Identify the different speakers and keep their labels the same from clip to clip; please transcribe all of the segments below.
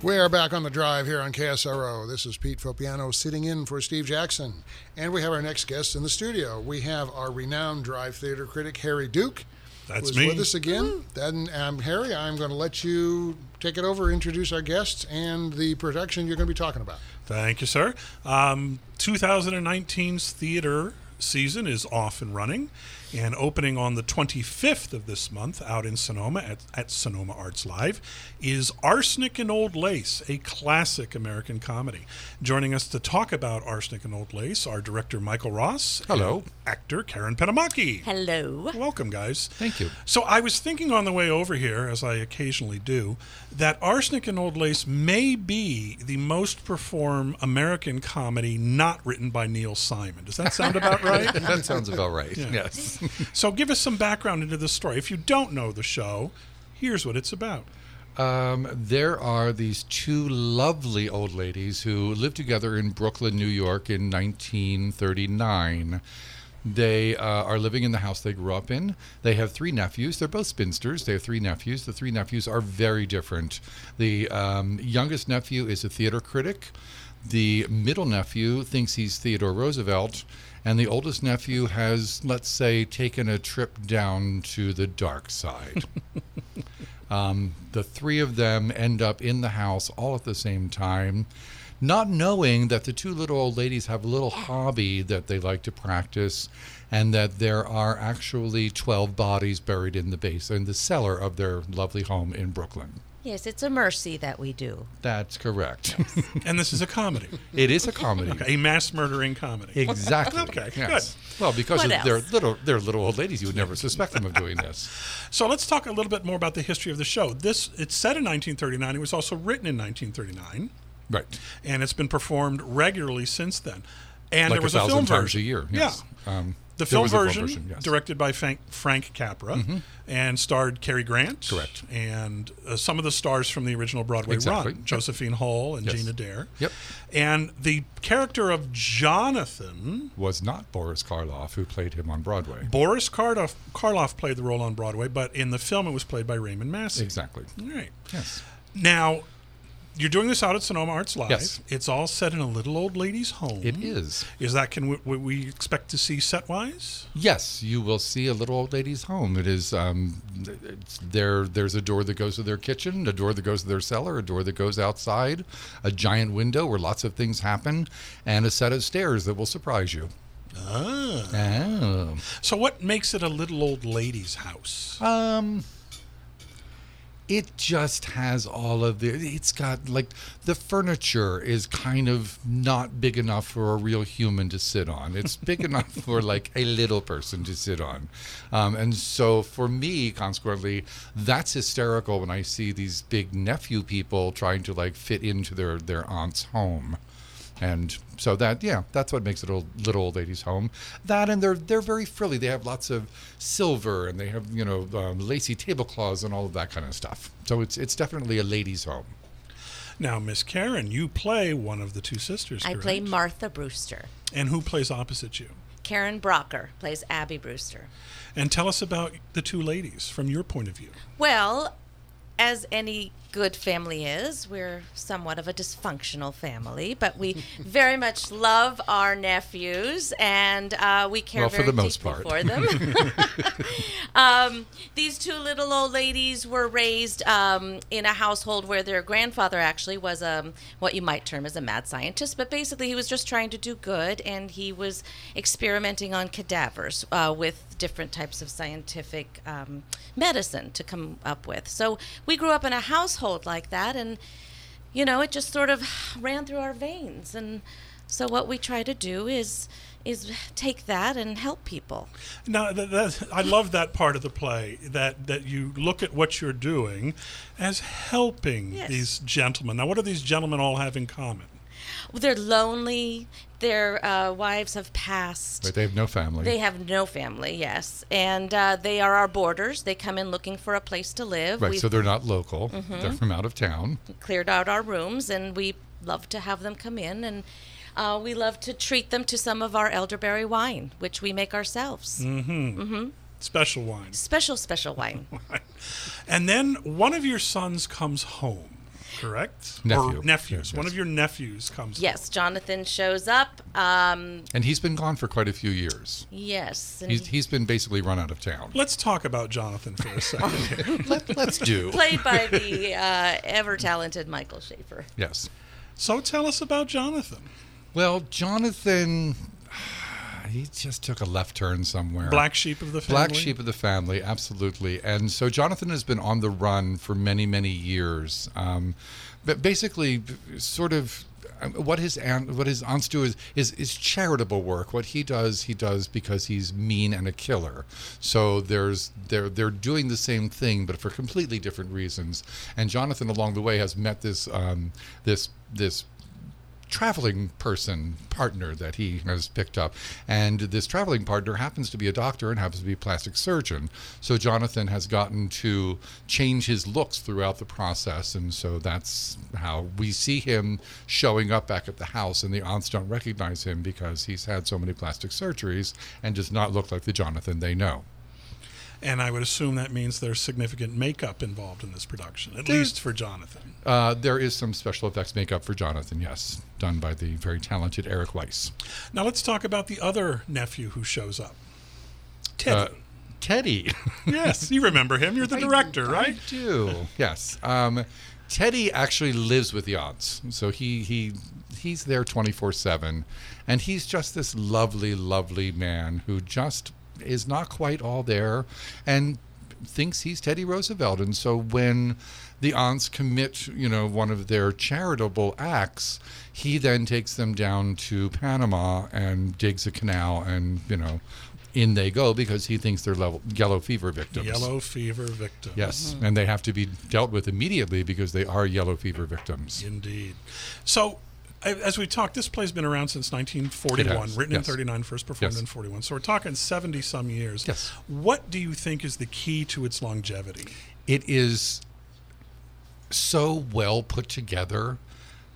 Speaker 1: We are back on the drive here on KSRO. This is Pete Fopiano sitting in for Steve Jackson. And we have our next guest in the studio. We have our renowned drive theater critic, Harry Duke.
Speaker 2: That's
Speaker 1: who's
Speaker 2: me.
Speaker 1: with us again. Then, um, Harry, I'm going to let you take it over, introduce our guests, and the production you're going to be talking about.
Speaker 2: Thank you, sir. Um, 2019's theater season is off and running and opening on the 25th of this month out in Sonoma at, at Sonoma Arts Live is Arsenic and Old Lace, a classic American comedy. Joining us to talk about Arsenic and Old Lace are director Michael Ross.
Speaker 3: Hello.
Speaker 2: and Actor Karen Penamaki.
Speaker 4: Hello.
Speaker 2: Welcome, guys.
Speaker 3: Thank you.
Speaker 2: So I was thinking on the way over here, as I occasionally do, that Arsenic and Old Lace may be the most performed American comedy not written by Neil Simon. Does that sound about right?
Speaker 3: that sounds about right. Yes.
Speaker 2: So give us some background into the story. If you don't know the show, here's what it's about.
Speaker 3: Um, there are these two lovely old ladies who lived together in Brooklyn, New York in 1939. They uh, are living in the house they grew up in. They have three nephews. They're both spinsters. They have three nephews. The three nephews are very different. The um, youngest nephew is a theater critic. The middle nephew thinks he's Theodore Roosevelt, and the oldest nephew has, let's say, taken a trip down to the dark side. um, the three of them end up in the house all at the same time, not knowing that the two little old ladies have a little hobby that they like to practice, and that there are actually 12 bodies buried in the base in the cellar of their lovely home in Brooklyn.
Speaker 4: Yes, it's a mercy that we do.
Speaker 3: That's correct.
Speaker 2: And this is a comedy,
Speaker 3: it is a comedy.
Speaker 2: a mass murdering comedy.
Speaker 3: Exactly.
Speaker 2: Okay,
Speaker 3: Well, because
Speaker 4: What
Speaker 3: of they're
Speaker 4: else?
Speaker 3: little, they're little old ladies. You would never suspect them of doing this.
Speaker 2: So let's talk a little bit more about the history of the show. This it's set in 1939. It was also written in 1939.
Speaker 3: Right.
Speaker 2: and it's been performed regularly since then. And
Speaker 3: Like
Speaker 2: there was
Speaker 3: a
Speaker 2: a, film
Speaker 3: thousand times
Speaker 2: version.
Speaker 3: a year. Yes.
Speaker 2: Yeah.
Speaker 3: Um,
Speaker 2: the
Speaker 3: there
Speaker 2: film
Speaker 3: was a film
Speaker 2: version,
Speaker 3: version, yes. Mm-hmm.
Speaker 2: directed by Frank, Frank Capra, and starred Cary Grant.
Speaker 3: Correct.
Speaker 2: And uh, some of the stars from the original Broadway
Speaker 3: Exactly.
Speaker 2: run,
Speaker 3: Yep.
Speaker 2: Josephine Hall and
Speaker 3: Yes.
Speaker 2: Gina Dare.
Speaker 3: Yep.
Speaker 2: And the character of Jonathan,
Speaker 3: Was not Boris Karloff who played him on Broadway.
Speaker 2: Boris Karloff, Karloff played the role on Broadway, but in the film it was played by Raymond Massey.
Speaker 3: Exactly.
Speaker 2: All right.
Speaker 3: Yes.
Speaker 2: Now, you're doing this out at Sonoma Arts Live.
Speaker 3: Yes.
Speaker 2: It's all set in a little old lady's home.
Speaker 3: It is.
Speaker 2: Is that can we, what we expect to see set wise?
Speaker 3: Yes, you will see a little old lady's home. It is um, it's there. There's a door that goes to their kitchen, a door that goes to their cellar, a door that goes outside, a giant window where lots of things happen, and a set of stairs that will surprise you. Oh.
Speaker 2: So what makes it a little old lady's house?
Speaker 4: Uh,
Speaker 3: Um, it just has all of the. It's got like the furniture is kind of not big enough for a real human to sit on. It's big enough for like a little person to sit on, um, and so for me, consequently, that's hysterical when I see these big nephew people trying to like fit into their their aunt's home. And so that, yeah, that's what makes it a little old lady's home. That and they're they're very frilly. They have lots of silver and they have you know um, lacy tablecloths and all of that kind of stuff. So it's it's definitely a lady's home.
Speaker 2: Now, Miss Karen, you play one of the two sisters.
Speaker 4: I
Speaker 2: correct?
Speaker 4: play Martha Brewster.
Speaker 2: and who plays opposite you?
Speaker 4: Karen Brocker plays Abby Brewster.
Speaker 2: And tell us about the two ladies from your point of view.
Speaker 4: Well, as any good family is, we're somewhat of a dysfunctional family, but we very much love our nephews and uh, we care
Speaker 3: Well, for
Speaker 4: very
Speaker 3: the most
Speaker 4: deeply
Speaker 3: part.
Speaker 4: for them. um, these two little old ladies were raised um, in a household where their grandfather actually was um, what you might term as a mad scientist, but basically he was just trying to do good and he was experimenting on cadavers uh, with different types of scientific um, medicine to come up with. So we grew up in a household like that and you know it just sort of ran through our veins and so what we try to do is is take that and help people
Speaker 2: Now, that, that, I love that part of the play that, that you look at what you're doing as helping
Speaker 4: Yes.
Speaker 2: these gentlemen. Now, what do these gentlemen all have in common?
Speaker 4: they're lonely their uh, wives have passed
Speaker 3: But they have no family.
Speaker 4: They have no family, yes. And uh, they are our boarders. They come in looking for a place to live.
Speaker 3: right,
Speaker 4: We've
Speaker 3: so they're not local.
Speaker 4: Mm-hmm.
Speaker 3: They're from out of town.
Speaker 4: cleared out our rooms and we love to have them come in. And uh, we love to treat them to some of our elderberry wine, which we make ourselves.
Speaker 3: Mm.
Speaker 2: Special wines.
Speaker 4: Special, special wine.
Speaker 2: And then one of your sons comes home. correct? Or
Speaker 3: Nephew.
Speaker 2: Uh, nephews.
Speaker 3: Yes,
Speaker 2: One
Speaker 3: yes.
Speaker 2: of your nephews comes.
Speaker 4: Yes, Jonathan shows up. Um,
Speaker 3: And he's been gone for quite a few years.
Speaker 4: yes, and
Speaker 3: He's, he's been basically run out of town.
Speaker 2: Let's talk about Jonathan for a second. here.
Speaker 3: Let, let's do.
Speaker 4: played by the uh, ever talented Michael Schaefer.
Speaker 3: Yes.
Speaker 2: so tell us about Jonathan.
Speaker 3: Well, Jonathan, he just took a left turn somewhere.
Speaker 2: Black sheep of the family.
Speaker 3: Black sheep of the family, absolutely. And so Jonathan has been on the run for many, many years. Um, but basically, sort of. um, What his aunt, what his aunts do is, is is charitable work. What he does, he does because he's mean and a killer. So there's they're they're doing the same thing, but for completely different reasons. And Jonathan, along the way, has met this um, this this traveling person partner that he has picked up and this traveling partner happens to be a doctor and happens to be a plastic surgeon so jonathan has gotten to change his looks throughout the process and so that's how we see him showing up back at the house and the aunts don't recognize him because he's had so many plastic surgeries and does not look like the jonathan they know
Speaker 2: And I would assume that means there's significant makeup involved in this production, at least for Jonathan.
Speaker 3: uh, there is some special effects makeup for jonathan yes done by the very talented eric weiss
Speaker 2: Now let's talk about the other nephew who shows up.
Speaker 3: uh,
Speaker 2: Teddy.
Speaker 3: teddy
Speaker 2: yes, you remember him. You're the director, right?
Speaker 3: I do. yes. Um, Teddy actually lives with the aunts, so he he he's there twenty four seven, and he's just this lovely, lovely man who just is not quite all there, and thinks he's Teddy Roosevelt. And so when the aunts commit, you know, one of their charitable acts, he then takes them down to Panama and digs a canal, and you know. In they go because he thinks they're level, yellow fever victims.
Speaker 2: Yellow fever victim.
Speaker 3: Yes,
Speaker 4: Mm-hmm.
Speaker 3: and they have to be dealt with immediately because they are yellow fever victims.
Speaker 2: Indeed. So, a- as we talked, this play's been around since 1941,
Speaker 3: It has,
Speaker 2: written
Speaker 3: yes.
Speaker 2: in 39, first performed
Speaker 3: Yes.
Speaker 2: in 41. So we're talking 70 some years.
Speaker 3: Yes.
Speaker 2: What do you think is the key to its longevity?
Speaker 3: It is so well put together.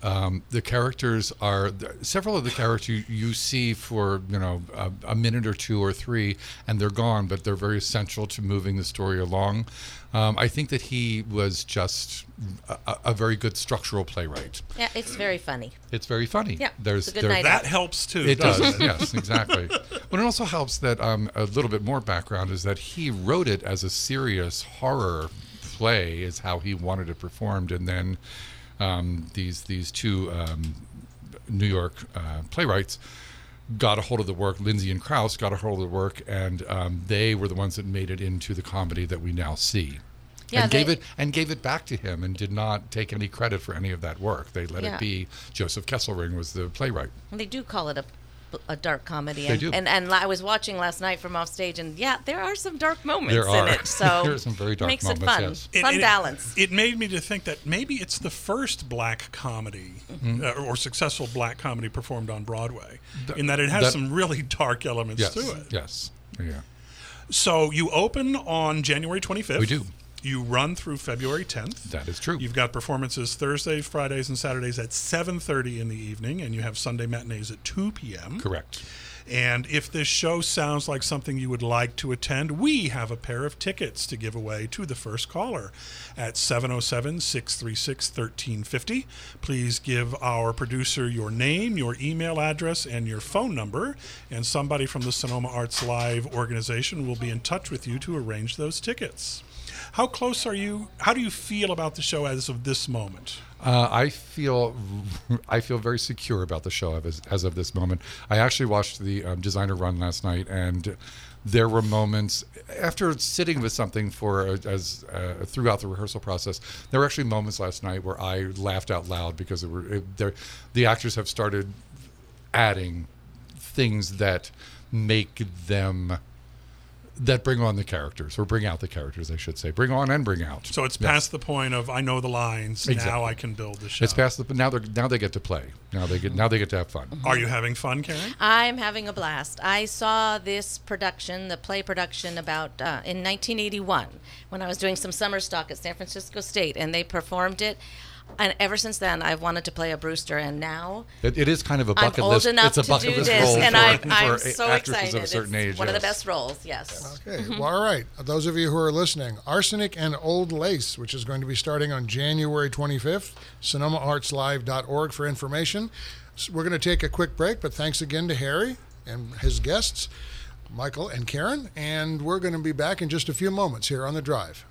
Speaker 3: Um, the characters are several of the characters you, you see for you know a, a minute or two or three, and they're gone, but they're very essential to moving the story along. Um, I think that he was just a, a- a very good structural playwright.
Speaker 4: Yeah, it's very funny.
Speaker 3: It's very funny.
Speaker 4: Yeah,
Speaker 3: there's
Speaker 4: it's a good
Speaker 3: there-
Speaker 4: night out.
Speaker 2: That helps too.
Speaker 3: It
Speaker 2: doesn't
Speaker 3: does, yes, exactly. But it also helps that um, a little bit more background is that he wrote it as a serious horror play, is how he wanted it performed, and then um, these these two um, New York uh, playwrights got a hold of the work. Lindsay and Krauss got a hold of the work, and um, they were the ones that made it into the comedy that we now see.
Speaker 4: Yeah,
Speaker 3: and
Speaker 4: they-
Speaker 3: gave it and gave it back to him, and did not take any credit for any of that work. They let
Speaker 4: Yeah.
Speaker 3: it be. Joseph Kesselring was the playwright.
Speaker 4: And they do call it a, a dark comedy.
Speaker 3: They
Speaker 4: and,
Speaker 3: do.
Speaker 4: And, and I was watching last night from off stage, and yeah, there are some dark moments
Speaker 3: There are.
Speaker 4: in it. So
Speaker 3: There are some very dark
Speaker 4: makes it
Speaker 3: moments,
Speaker 4: fun.
Speaker 3: yes.
Speaker 2: It-
Speaker 4: Fun
Speaker 2: it-
Speaker 4: balance.
Speaker 2: It made me to think that maybe it's the first black comedy
Speaker 3: Mm-hmm.
Speaker 2: uh, or successful black comedy performed on Broadway, in that it has
Speaker 3: that-
Speaker 2: some really dark elements
Speaker 3: Yes.
Speaker 2: to it.
Speaker 3: Yes. Yeah.
Speaker 2: So you open on January 25th.
Speaker 3: We do.
Speaker 2: You run through February 10th.
Speaker 3: That is true.
Speaker 2: You've got performances Thursdays, Fridays, and Saturdays at 7:30 in the evening, and you have Sunday matinees at 2 p.m.
Speaker 3: Correct.
Speaker 2: And if this show sounds like something you would like to attend, we have a pair of tickets to give away to the first caller at 707 636 1350. Please give our producer your name, your email address, and your phone number, and somebody from the Sonoma Arts Live organization will be in touch with you to arrange those tickets. How close are you? How do you feel about the show as of this moment?
Speaker 3: Uh, I feel I feel very secure about the show as, as of this moment. I actually watched the um, designer run last night, and there were moments after sitting with something for uh, as uh, throughout the rehearsal process. There were actually moments last night where I laughed out loud because it were it, there, the actors have started adding things that make them that bring on the characters or bring out the characters, I should say, bring on and bring out.
Speaker 2: So it's past the point of I know the lines, now
Speaker 3: Exactly.
Speaker 2: I can build the show.
Speaker 3: It's past the but now they now they get to play. Now they get now they get to have fun.
Speaker 2: Are you having fun, Karen?
Speaker 4: I'm having a blast. I saw this production, the play production, about uh, in 1981 when I was doing some summer stock at San Francisco State, and they performed it. And ever since then, I've wanted to play a Brewster, and now
Speaker 3: It, it is kind of a bucket
Speaker 4: I'm old
Speaker 3: list.
Speaker 4: enough
Speaker 3: it's a
Speaker 4: to
Speaker 3: bucket
Speaker 4: do
Speaker 3: list
Speaker 4: this,
Speaker 3: role
Speaker 4: and
Speaker 3: for,
Speaker 4: I,
Speaker 3: for
Speaker 4: I'm
Speaker 3: a-
Speaker 4: so
Speaker 3: actresses
Speaker 4: excited.
Speaker 3: of a certain
Speaker 4: it's
Speaker 3: age.
Speaker 4: one of
Speaker 3: yes.
Speaker 4: the best roles, yes.
Speaker 1: Okay. Well, all right. Those of you who are listening, Arsenic and Old Lace, which is going to be starting on January 25th, sonomaartslive.org for information. So we're going to take a quick break, but thanks again to Harry and his guests, Michael and Karen, and we're going to be back in just a few moments here on The Drive.